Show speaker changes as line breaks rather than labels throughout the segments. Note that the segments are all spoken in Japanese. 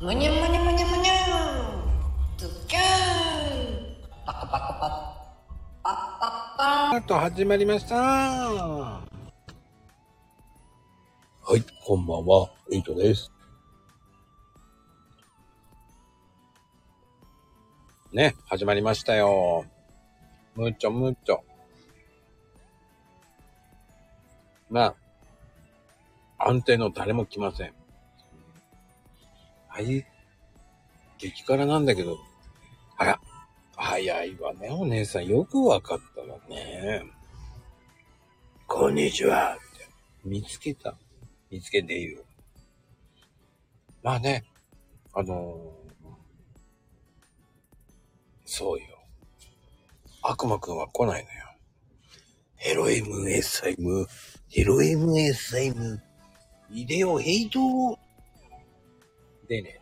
むにゃむにゃむにゃむにゃズッキャンパカパカパパッパッパン
あと始まりました。は
はい、こんばんは、エイトです。
ね、始まりましたよ。むっちょむっちょ。まあ、安定の誰も来ません。はい、激辛なんだけど、あら、早いわね、お姉さん。よくわかったわね。こんにちは。って見つけた。見つけている。まあね、あのーそうよ。悪魔くんは来ないのよ。
ヘロエムエサイム、ヘロエムエサイム、イデオヘイト
出ねえ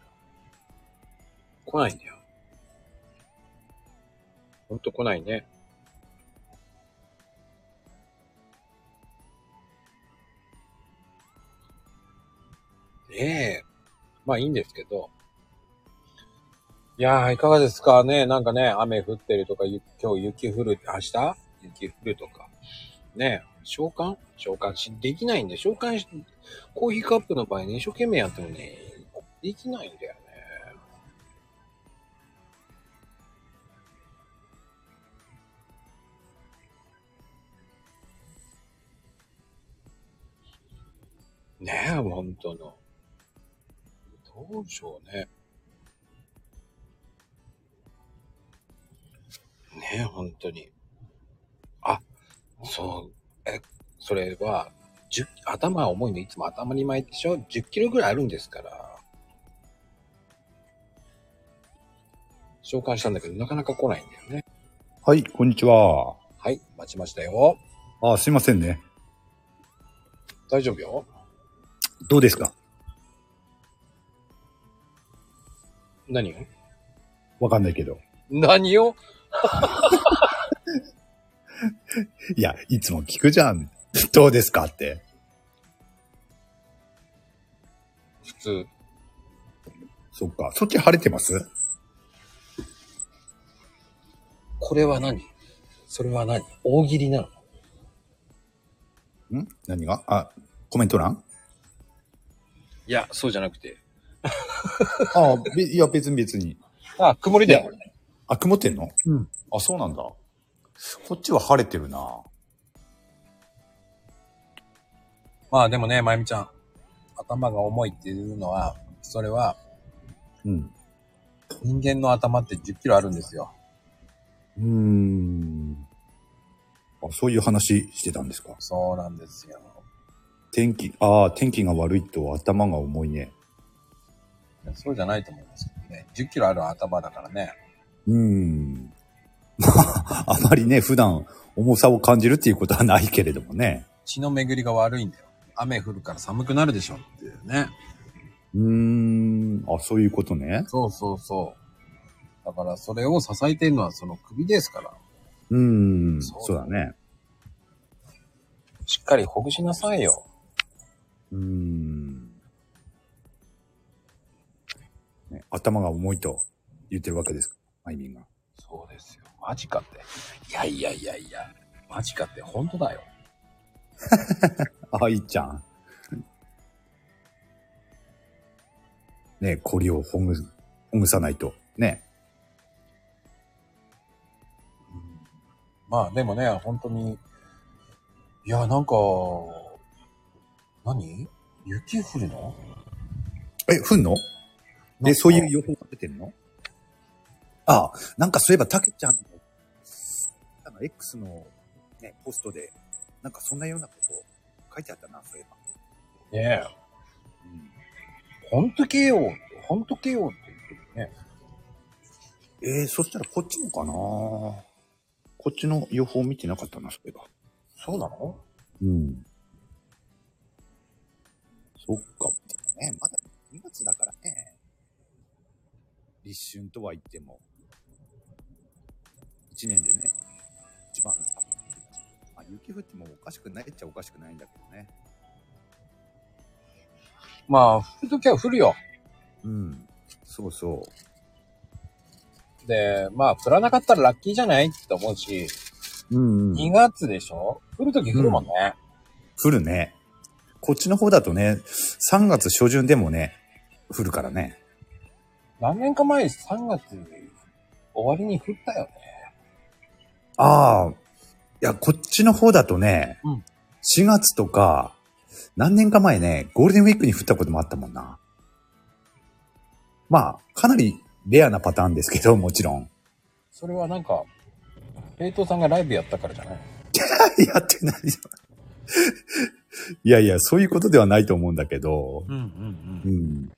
の。来ないんだよ。ほんと来ないね。ねえ。まあいいんですけど。いやー、いかがですかねなんかね、雨降ってるとか、ゆ今日雪降る、明日雪降るとか。ねえ、召喚召喚し、できないんで、召喚し、コーヒーカップの場合ね、一生懸命やってもね、できないんだよね。ねえ、本当の。どうしようね。ねえ、本当に。あ、そう、え、それは、10頭は重いの、いつも頭に巻いてしょ ?10 キロぐらいあるんですから。召喚したんだけど、なかなか来ないんだよね。
はい、こんにちは。
はい、待ちましたよ。
あ、すいませんね。
大丈夫よ。
どうですか
何を
わかんないけど。
何を
いや、いつも聞くじゃん。 どうですかって。
普通。
そっか。そっち晴れてます
これは何それは何大喜利なの
ん何があ、コメント欄
いや、そうじゃなくて。
あ、べいや、別に別に。
あ、曇りだよ。
あ、曇ってんのうん。あ、そうなんだ。こっちは晴れてるな。
まあでもね、まゆみちゃん。頭が重いっていうのは、それは、
うん。
人間の頭って10キロあるんですよ。
うーん。あ、そういう話してたんですか
そうなんですよ。
天気、ああ、天気が悪いと頭が重いね。
そうじゃないと思いますけどね。10キロある頭だからね。
うーん。まあ、あまりね、普段重さを感じるっていうことはないけれどもね。
血の巡りが悪いんだよ。雨降るから寒くなるでしょっていうね。
うーん。あ、そういうことね。
そうそうそう。だからそれを支えてるのはその首ですから。
うーん。
そう
そうだね。
しっかりほぐしなさいよ。
うーん、ね頭が重いと言ってるわけです。マイミンが。
そうですよ。マジかって。いやいやいやいや。マジかって本当だよ。
あ、いっちゃん。ねこりをほぐ、ほぐさないと。ね
まあでもね、本当に、いや、なんか、何雪降るの
え、ふんの
なん
え、
か
そういう予報が出てんのああ、なんかそういえば、たけちゃんの、あの、X の、ね、ポストで、なんかそんなようなこと書いてあったな、そういえ
ね
ば。
え。本当けよ、本当けよって言ってるね。
ええそしたらこっちのかなこっちの予報見てなかったな、そういえば。
そうなの
うん。そっか。でもね、まだ2月だからね。立春とは言っても、1年でね、一番、まあ、雪降ってもおかしくないっちゃおかしくないんだけどね。
まあ、降るときは降るよ。
うん。そうそう。
で、まあ、降らなかったらラッキーじゃないって思うし、
うん、うん。
2月でしょ降るとき降るもんね。
降るね。こっちの方だとね、3月初旬でもね、降るからね。
何年か前、3月終わりに降ったよね。
ああ、いや、こっちの方だとね、
うん
4月とか、何年か前ね、ゴールデンウィークに降ったこともあったもんな。まあ、かなりレアなパターンですけど、もちろん。
それはなんか、平等さんがライブやったからじゃない
やってない よ。いやいや、そういうことではないと思うんだけど、
うんうん
う。ん。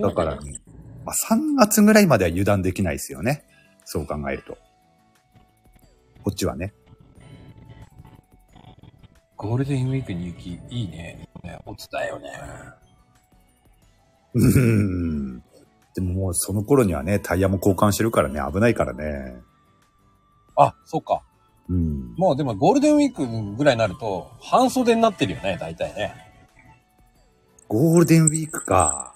だから
ね。
ね、まあ、3月ぐらいまでは油断できないですよね。そう考えると。こっちはね。
ゴールデンウィークに行き、いいね。ね、おつだよね。
うーん。でももうその頃にはね、タイヤも交換してるからね、危ないからね。
あ、そっか。
うん。
もうでもゴールデンウィークぐらいになると、半袖になってるよね、大体ね。
ゴールデンウィークか。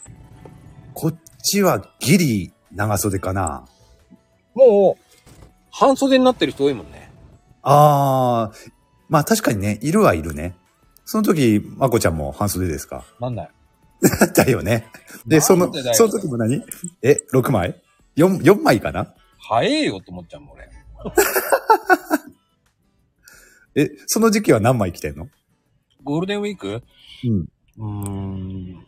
こっちはギリ長袖かな。
もう、半袖になってる人多いもんね。
あー、まあ確かにね、いるはいるね。その時、まこちゃんも半袖ですか
なんだよ。
だよね。で、そ
なん
の、
でだよ
その時も何え、6枚 ?4、4枚かな
早えよと思っちゃうもん、俺。
え、その時期は何枚着てんの
ゴールデンウィーク
うん。
うーん。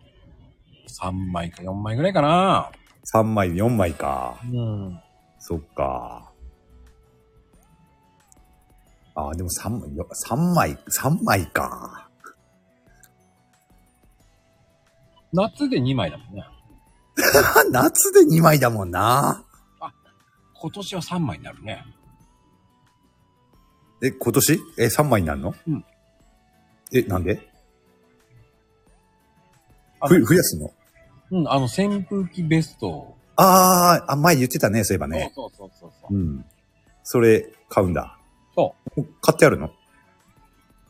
3枚か4枚ぐらいかな。
3枚、4枚か。
うん。
そっか。ああ、でも3枚、よ三枚、三枚か。
夏で2枚だもんね。
夏で2枚だもんな。
今年は3枚になるね。
え、今年え、3枚になるの
うん。
え、なんで
あ
ふ、増やすの
うん、あの、扇風機ベストを。
あーあ、前言ってたね、そういえばね。
そうそうそうそう。
うん。それ、買うんだ。。
そう
買ってあるの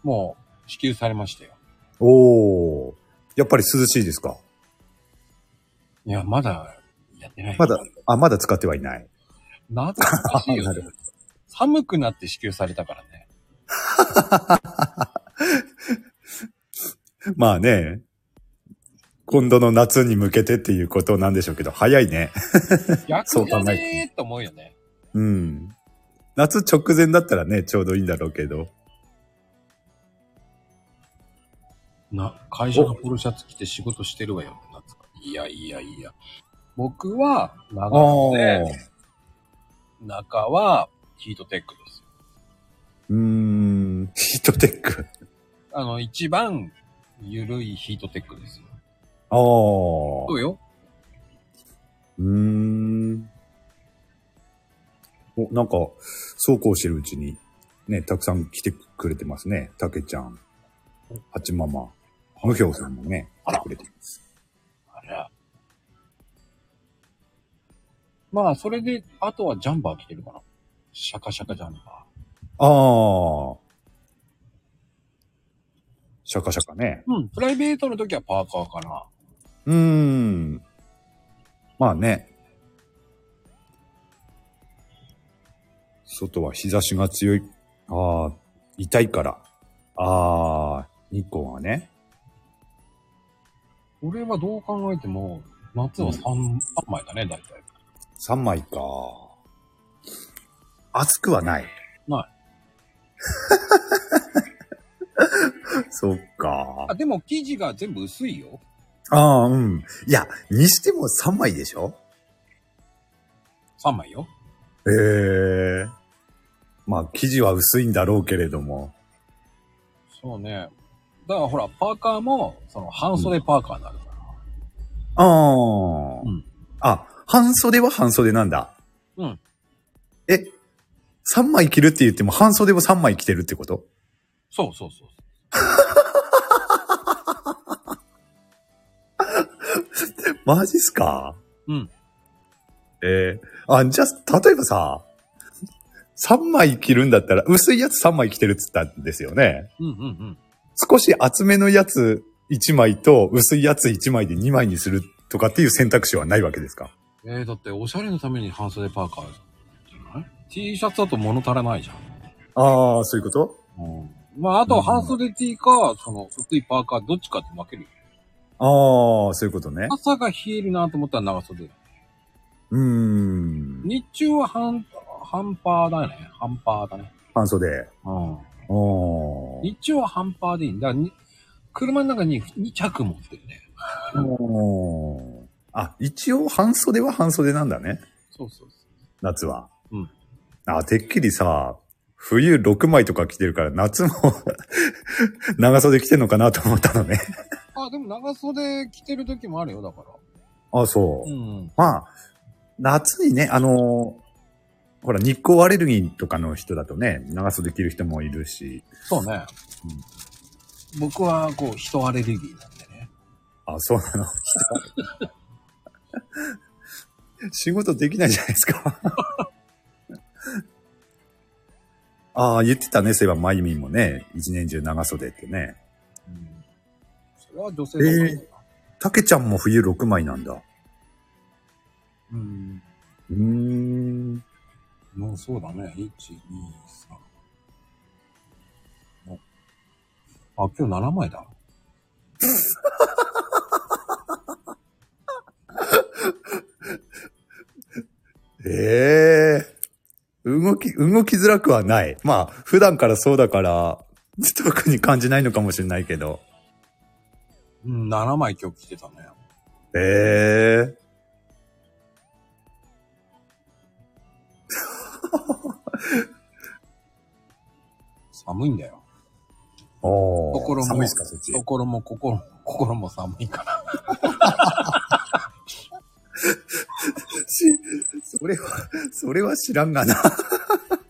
もう、支給されましたよ。
おー。やっぱり涼しいですか
いや、まだ、やってない。
まだ。、あ、まだ使ってはいない。
なぜかしいよ
なるほ。
寒くなって支給されたからね。
まあね、今度の夏に向けてっていうことなんでしょうけど、早いね。
逆じゃねえと思うよね。
うん。夏直前だったらね、ちょうどいいんだろうけど。
な、会社のポロシャツ着て仕事してるわよ。夏いやいやいや。僕は、長袖、中は、ヒートテックですよ。
うーん、ヒートテック。
あの、一番、ゆるいヒートテックですよ。
あ
そ
あ。
うよ。
うーん。お、なんか、そうこうしてるうちに、ね、たくさん来てくれてますね。たけちゃん、はちまま、むひょうさんもね、来てくれてます。
あら。まあ、それで、あとはジャンバー着てるかな。シャカシャカジャンバー。
ああ。シャカシャカね。
うん、プライベートの時はパーカーかな。
うーん。まあね。外は日差しが強い。ああ、痛いから。ああ、日光がね。
俺はどう考えても、夏は 3, 3枚だね、大体。
3枚か。暑くはない。。
ない
そっか
あ、。でも生地が全部薄いよ。
ああ、うん。いや、にしても3枚でしょ
3枚よ。
へえまあ、生地は薄いんだろうけれども。
そうね。だからほら、パーカーも、その、半袖パーカーになるから。
ああ、
うん
あ、半袖は半袖なんだ。
うん。
え、3枚着るって言っても半袖を3枚着てるってこと
そうそうそう。
マジっすか
うん。
えー、あ、じゃあ、例えばさ、3枚着るんだったら、薄いやつ3枚着てるって言ったんですよね。
うんうんうん。
少し厚めのやつ1枚と薄いやつ1枚で2枚にするとかっていう選択肢はないわけですか
えー、だっておしゃれのために半袖パーカーじゃない ?T シャツだと物足らないじゃん。
ああ、そういうこと
うん。まあ、あとは半袖 T か、その、薄いパーカー、どっちかって分けるよ。
ああ、そういうことね。
朝が冷えるなと思ったら長袖。
うーん。
日中は半、半パーだね。半パーだね。
半袖。
うん。
おー
日中は半パーでいいんだ。に車の中に2着持ってるね。
おーあ、一応半袖は半袖なんだね。
そうそうそ
夏は。
うん。
あ、てっきりさ、冬6枚とか着てるから、夏も 長袖着てんのかなと思ったのね。
う。あ、でも長袖着てる時もあるよ、だから。
あ、そう。
うん。
まあ、夏にね、あのーほら、日光アレルギーとかの人だとね、長袖着る人もいるし、
そうね。僕は、こう、人アレルギーなんでね。
あ、そうなの。仕事できないじゃないですか。ああ、言ってたね、そういえば、まゆみんもね、一年中長袖ってね。
うん。それは女性だから、
えたけちゃんも冬6枚なんだ。
うん。
うーん。
もうそうだね。1、2、3。おあ、今日7枚だ。
ええ動き、動きづらくはない。まあ、普段からそうだから、特に感じないのかもしれないけど。
うん、7枚今日着てたね。
ええ
寒いんだよ。
おー。
心も、
寒いっすか、そっち。
心も心も、心も寒いから。
し それは、それは知らんがな。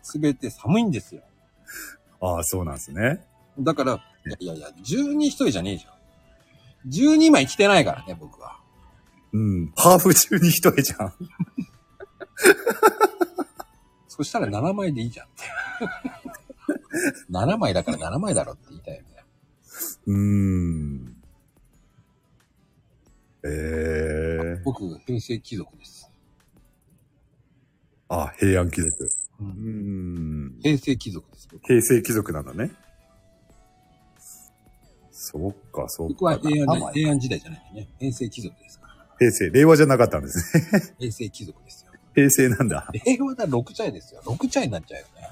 すべて寒いんですよ。
ああ、そうなんですね。
だから、いやいや、12一人じゃねえじゃん。12枚着てないからね、僕は。
うん。ハーフ中に一重じゃん。
そしたら7枚でいいじゃん って。7枚だから7枚だろって言いたいよね。
うーん。ええ
僕、平成貴族です。
あ、平安貴族。
う
うんーん。
平成貴族です。僕
平成貴族なんだね。そっか、そっか。
僕は平安
あ
じゃ平安時代じゃないんでね。平成貴族ですから。
平成、令和じゃなかったんですね。
平成貴族ですよ。
平成なんだ。
令和だ6チャイですよ。6チャイになっちゃうよね。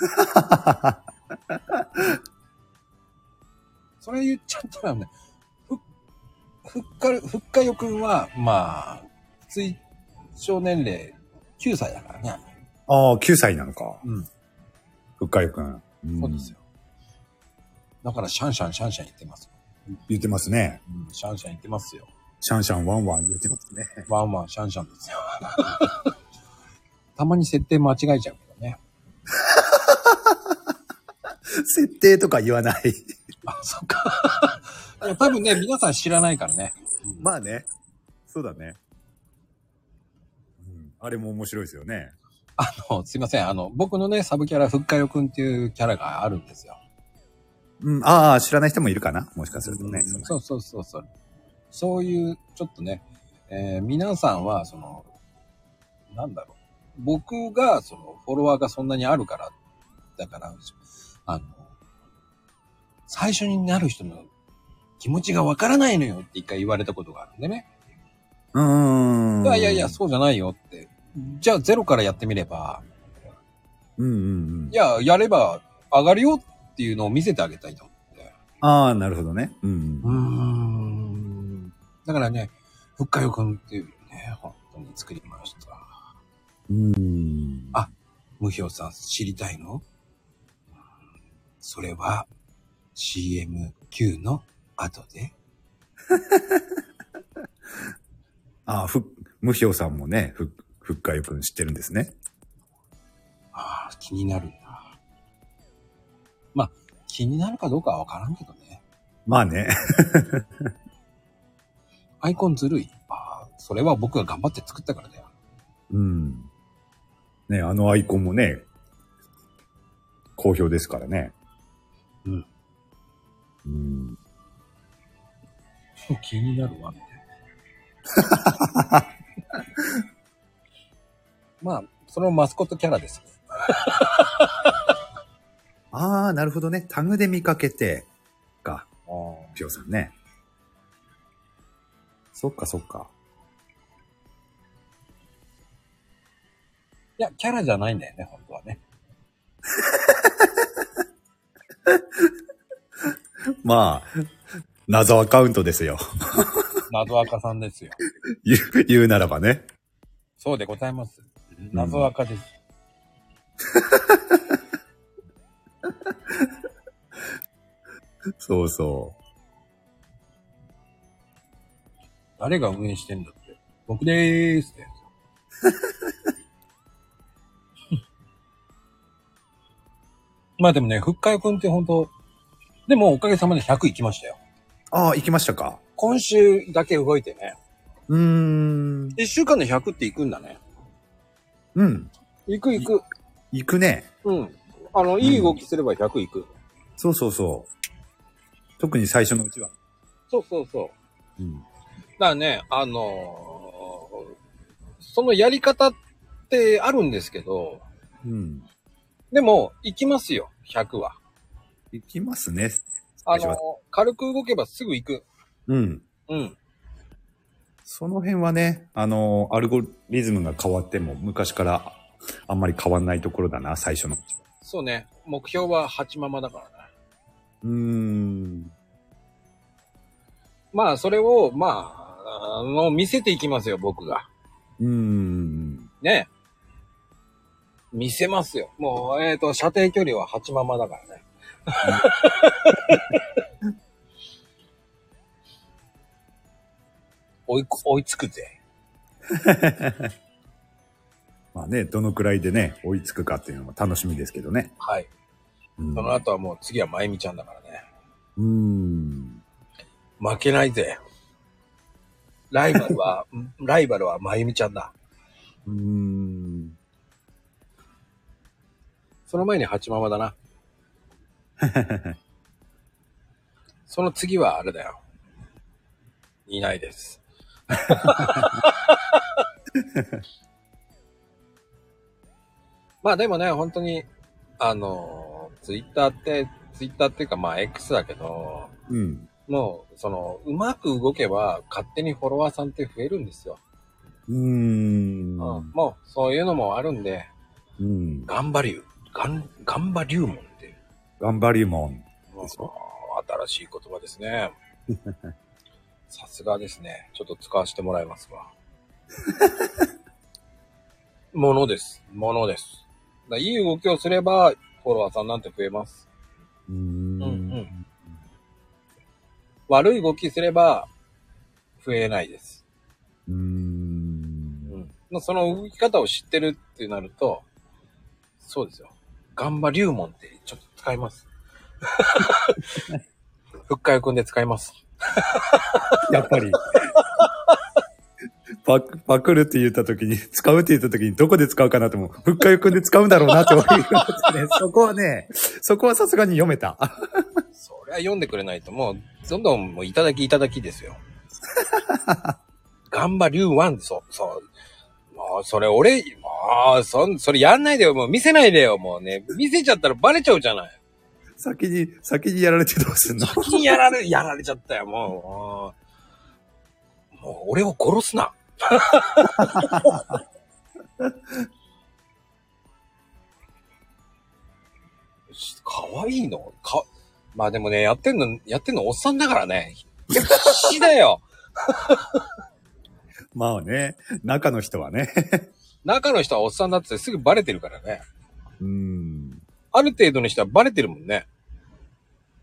それ言っちゃったらね、ふ、ふっかる、ふっかよくんは、まあ、推奨年齢9歳だからね。
ああ、9歳なのか。
うん。
ふっかよくん。うん
そうですよ。だからシャンシャンシャンシャン言ってますよ。
言ってますね。
うん、シャンシャン言ってますよ。
シャンシャンワンワン言ってますね。
ワンワンシャンシャンですよ。たまに設定間違えちゃうけどね。
設定とか言わない。
あ、そっか。いや、多分ね、皆さん知らないからね。
まあね。そうだね。うん、あれも面白いですよね。
あの、すいません。あの、僕のね、サブキャラ、ふっかよくんっていうキャラがあるんですよ。
うん、ああ、知らない人もいるかなもしかするとね。
そうそうそうそう。そういう、ちょっとね、えー皆さんは、その、なんだろう。僕が、その、フォロワーがそんなにあるから、だから、あの、最初になる人の気持ちがわからないのよって一回言われたことがあるんでね。
うーん。
いやいやいや、そうじゃないよって。じゃあ、ゼロからやってみれば、
う。うんうんうん
い。や、やれば上がるよっていうのを見せてあげたいと思って。
ああ、なるほどね。うん。
うーん。だからね、ふっかよくんっていうね、本当に作りました。
うん。
あ無表さん知りたいのそれは CMQ の後で。
ああ、ふ、無表さんもね、ふ、ふっかよくん知ってるんですね。
ああ、気になるんだ。まあ、気になるかどうかはわからんけどね。
まあね。
アイコンずるい。ああ、それは僕が頑張って作ったからだよ。
うん。ね、あのアイコンもね、好評ですからね。
うん。
うん。
気になるわ、ね。 まあ、そのマスコットキャラです。
ああ、なるほどね。タグで見かけて、か、
あー
ピオさんね。そっかそっか。
いや、キャラじゃないんだよね、本当はね。
まあ、謎アカウントですよ。
謎赤さんですよ。
言う、言うならばね。
そうでございます。謎赤です。
そうそう。
誰が運営してんだって。僕でーすって。 まあでもね、ふっかよくんって本当でもおかげさまで100いきましたよ。
ああ、行きましたか。
今週だけ動いてね。
うーん。
1週間で100っていくんだね。
うん。
いくいく。
行くね。
うん。あの、いい動きすれば100いく。
そうそうそう。特に最初のうちは。
そうそうそう。
うん。
だからね、あのーそのやり方ってあるんですけど、
うん。
でも、行きますよ、100は。
行きますね。
あ
最初
のー
は
軽く動けばすぐ行く。
うん。
うん。
その辺はね、あの、アルゴリズムが変わっても昔からあんまり変わんないところだな、最初のうちは。
そうね。目標は8ママだからね。
うーん。
まあ、それを、まあ、あの、見せていきますよ、僕が。
うーん。
ね。見せますよ。もう、えっ、と、射程距離は8ママだからね。 追いこ、追いつくぜ。
まあね、どのくらいでね、追いつくかっていうのも楽しみですけどね。
はい。
うん。
その後はもう次はまゆみちゃんだからね。
うーん。
負けないぜ。ライバルは、 ライバルはまゆみちゃんだ。
うーん。
その前に八ママだな。その次はあれだよ。いないです。まあでもね、本当に、あの、ツイッターって、ツイッターっていうかまあ X だけど、
うん。
もう、その、うまく動けば勝手にフォロワーさんって増えるんですよ。
うーん。
うん、もう、そういうのもあるんで、
うん。
頑張りゅう、がん、頑張りゅうもんっていう。
頑張りもん。
もう新しい言葉ですね。 さすがですね。ちょっと使わせてもらいますわ。 ものです。ものです。だいい動きをすれば、フォロワーさんなんて増えます。
うー。
うんん。悪い動きすれば、増えないです。
うーん。
うん。まあその動き方を知ってるってなると、そうですよ。ガンバリュウモンってちょっと使い ます。ふっかよくんで使います。
やっぱり。 パク、パクるって言った時に、使うって言った時に、どこで使うかなと思う。ふっかゆくんで使うんだろうなって思いま すね。そこはね、そこはさすがに読めた。
そりゃ読んでくれないともう、どんどんもういただきいただきですよ。ガンバリュウワン、そう、そう。もう、それ俺、もう、そん、それやんないでよ、もう見せないでよ、もうね。見せちゃったらバレちゃうじゃない。
先に、先にやられてどうすんの
先にやられ、やられちゃったよ、もう。もう、もう俺を殺すな。 しかわいいのか、まあでもね、やってんの、やってんのおっさんだからね。必死だよ。
まあね、中の人はね。
中の人はおっさんだってすぐバレてるからね。
うーん。
ある程度の人はバレてるもんね。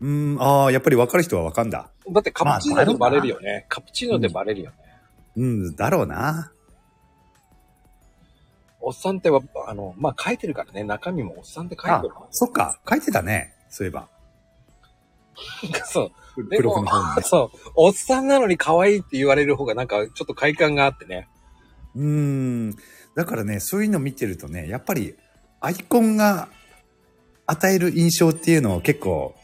うーん、ああ、やっぱりわかる人はわかんだ。
だってカプチーノで
ま
バ
あ
レるよね。カプチーノでバレるよね。
うん、だろうな。
おっさんっては、あの、まあ書いてるからね。中身もおっさんって書い
あ
てるから、
そっか、書いてたね。そういえば。
そう。
プロフの方に ね。
そう。おっさんなのに可愛いって言われる方がなんかちょっと快感があってね。
うーん。だからね、そういうの見てるとね、やっぱりアイコンが与える印象っていうのを結構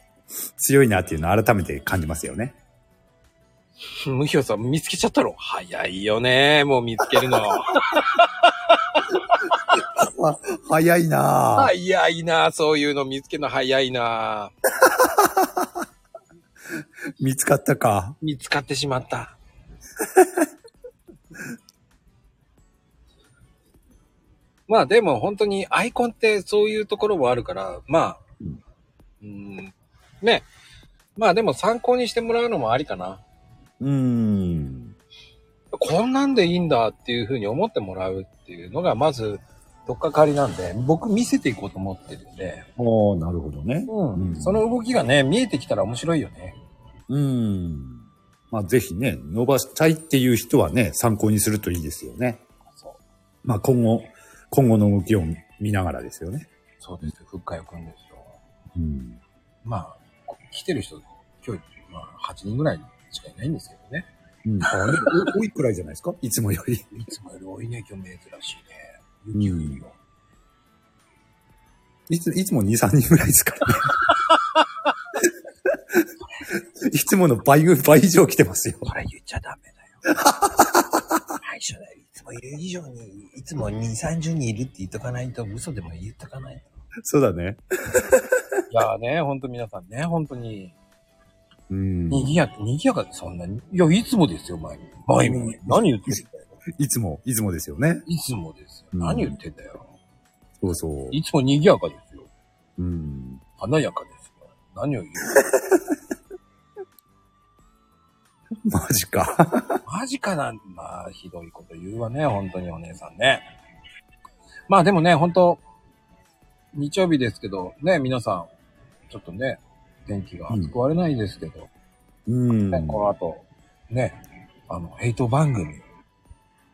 強いなっていうのを改めて感じますよね。
むひょさん見つけちゃったろ早いよね。もう見つけるの。
早いなぁ。
早いな。そういうの見つけるの早いな。
見つかったか。
見つかってしまった。 まあでも本当にアイコンってそういうところもあるから、まあ、うん、ね。まあでも参考にしてもらうのもありかな。
うーん。
こんなんでいいんだっていうふうに思ってもらうっていうのがまず、とっかかりなんで、僕見せていこうと思ってるんで、
おー、なるほどね。
うん。その動きがね、見えてきたら面白いよね。
うーん。まあ、ぜひね、伸ばしたいっていう人はね、参考にするといいですよね。
そう。
まあ、今後、今後の動きを見ながらですよね。
そうですよ。ふっかよくんですよ。
うん。
まあ、こ来てる人、今日、まあ、8人ぐらいしかいないんですけどね。
うん。あでもお多いくらいじゃないですかいつもより。
いつもより多いね、今日珍しいね。雪降るよ。
いつ、いつも2、3人ぐらいですからね。 いつもの倍ぐ、倍以上来てますよ。
それ言っちゃダメだよ。最初だよ。いつもいる以上に、いつも2、30人いるって言っとかないと、嘘でも言っとかないと。
そうだね。
いやーね、ほんと皆さんね、ほんとに、
うん。
賑やか、賑やかでそんなに。いや、いつもですよ、前に。前に。何言ってんだよ。
いつも、いつもですよね。
いつもですよ。
うん
何言ってんだよ。
そうそ
いつも賑やかですよ。
う。うん。
華やかですよ。何を言
マジか。
う。マジかな。まあ、ひどいこと言うわね、本当にお姉さんね。まあでもね、本当日曜日ですけど、ね、皆さん、ちょっとね、天気が救われないですけど、
うん。
ねこの後、ね、あの、ヘイト番組、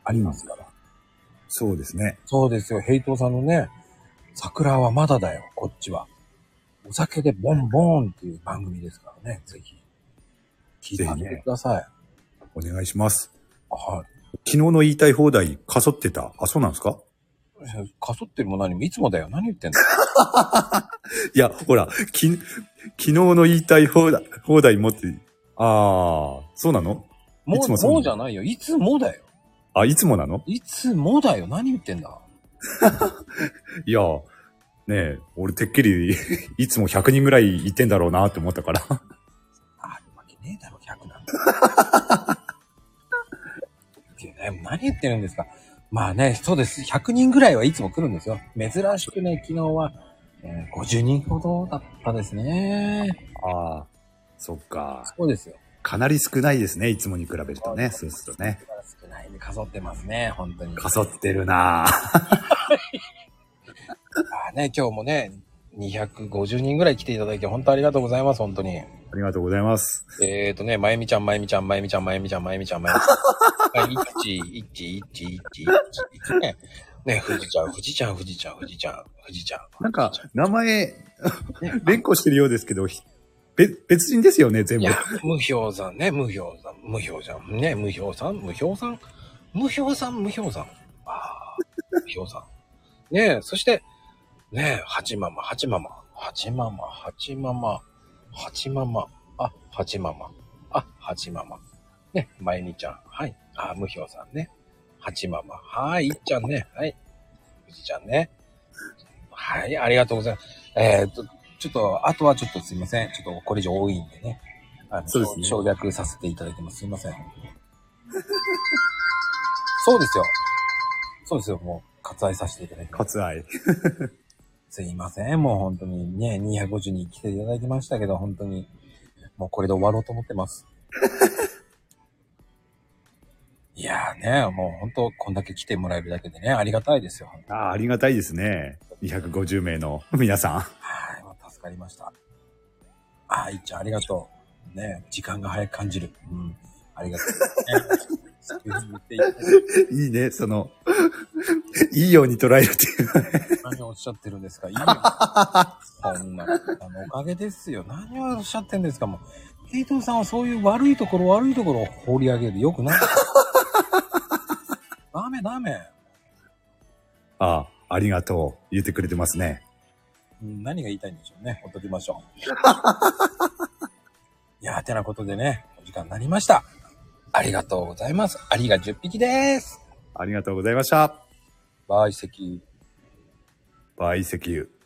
ありますから。
そうですね。
そうですよ、ヘイトさんのね、桜はまだだよ、こっちは。お酒でボンボーンっていう番組ですからね、ぜひ。聞いてあげてください。
お願いします。
はい。
昨日の言いたい放題、かそってた。あ、そうなんですか
かそってるも何もいつもだよ。何言ってんだ
いや、ほら、き、昨日の言いたい放題、放題持って、ああ、そうなの
も
いつ
う、
もそう
もうじゃないよ。いつもだよ。
あ、いつもなの
いつもだよ。何言ってんだ
いや、ねえ、俺てっきり、 いつも100人ぐらいいてんだろうなって思ったから。
あるわけねえだろ、100なんていや何言ってるんですか。まあね、そうです。100人ぐらいはいつも来るんですよ。珍しくね、昨日は、えー50人ほどだったですね。
ああ、そっか。
そうですよ。
かなり少ないですね、いつもに比べるとね。そうするとね。
少ないで、かそってますね、本当に。
かそってるなぁ。
まあね、今日もね、250人ぐらい来ていただいて、本当ありがとうございます、本当に。
ありがとうございます。
えーとね、まゆみちゃん、まゆみちゃん、まゆみちゃん、まゆみちゃん、まゆみちゃん、まゆみちゃん。一、一、一、一、一、ね。ね、富士ちゃん、富士ちゃん、富士ちゃん、富士ちゃん、富士ちゃん。
なんか、名前、
ね、
連呼してるようですけど、ひべ別人ですよね、
い
全部
や。、無表さんね、無表さん、無表さん。ね、無表さん、無表さん。無表さん、無表さん。ああ、無表さん。ねえ、そして、ねえ、八ママ、八ママ、八ママ、八ママ、八ママ、あ、八ママ、あ、八ママ。ね、まゆみちゃん、はい。あ、無表さんね。八ママ、はい、いっちゃんね、はい。ふじちゃんね。はい、ありがとうございます。えーっと、ちょっと、あとはちょっとすいません。ちょっとこれ以上多いんでね。あの
そうですね
省略させていただいてます。すいません。 そうですよ。そうですよ。もう、割愛させていただきます。
割愛。
すいません。もう本当にね、250人来ていただきましたけど、本当に、もうこれで終わろうと思ってます。いやーね、もう本当、こんだけ来てもらえるだけでね、ありがたいですよ。
ああ、ありがたいですね。250名の皆さん。
はい、まあ助かりました。あー、いっちゃんありがとう。ね、時間が早く感じる。うん、ありがとう。ね、そういうふうに言っていただいて
いいね、その、いいように捉えるっていう。
何をおっしゃってるんですかいいよ。そんな、あの、おかげですよ。何をおっしゃってんですかもう。ヘイトさんはそういう悪いところ、悪いところを掘り上げる。よくない。 ダメ、ダメ。
ああ、ありがとう。言ってくれてますね。
うん何が言いたいんでしょうね。ほっとき ましょう。いやー、てなことでね、お時間になりました。ありがとうございます。アリが10匹です。
ありがとうございました。
バイセキ
バイ石油。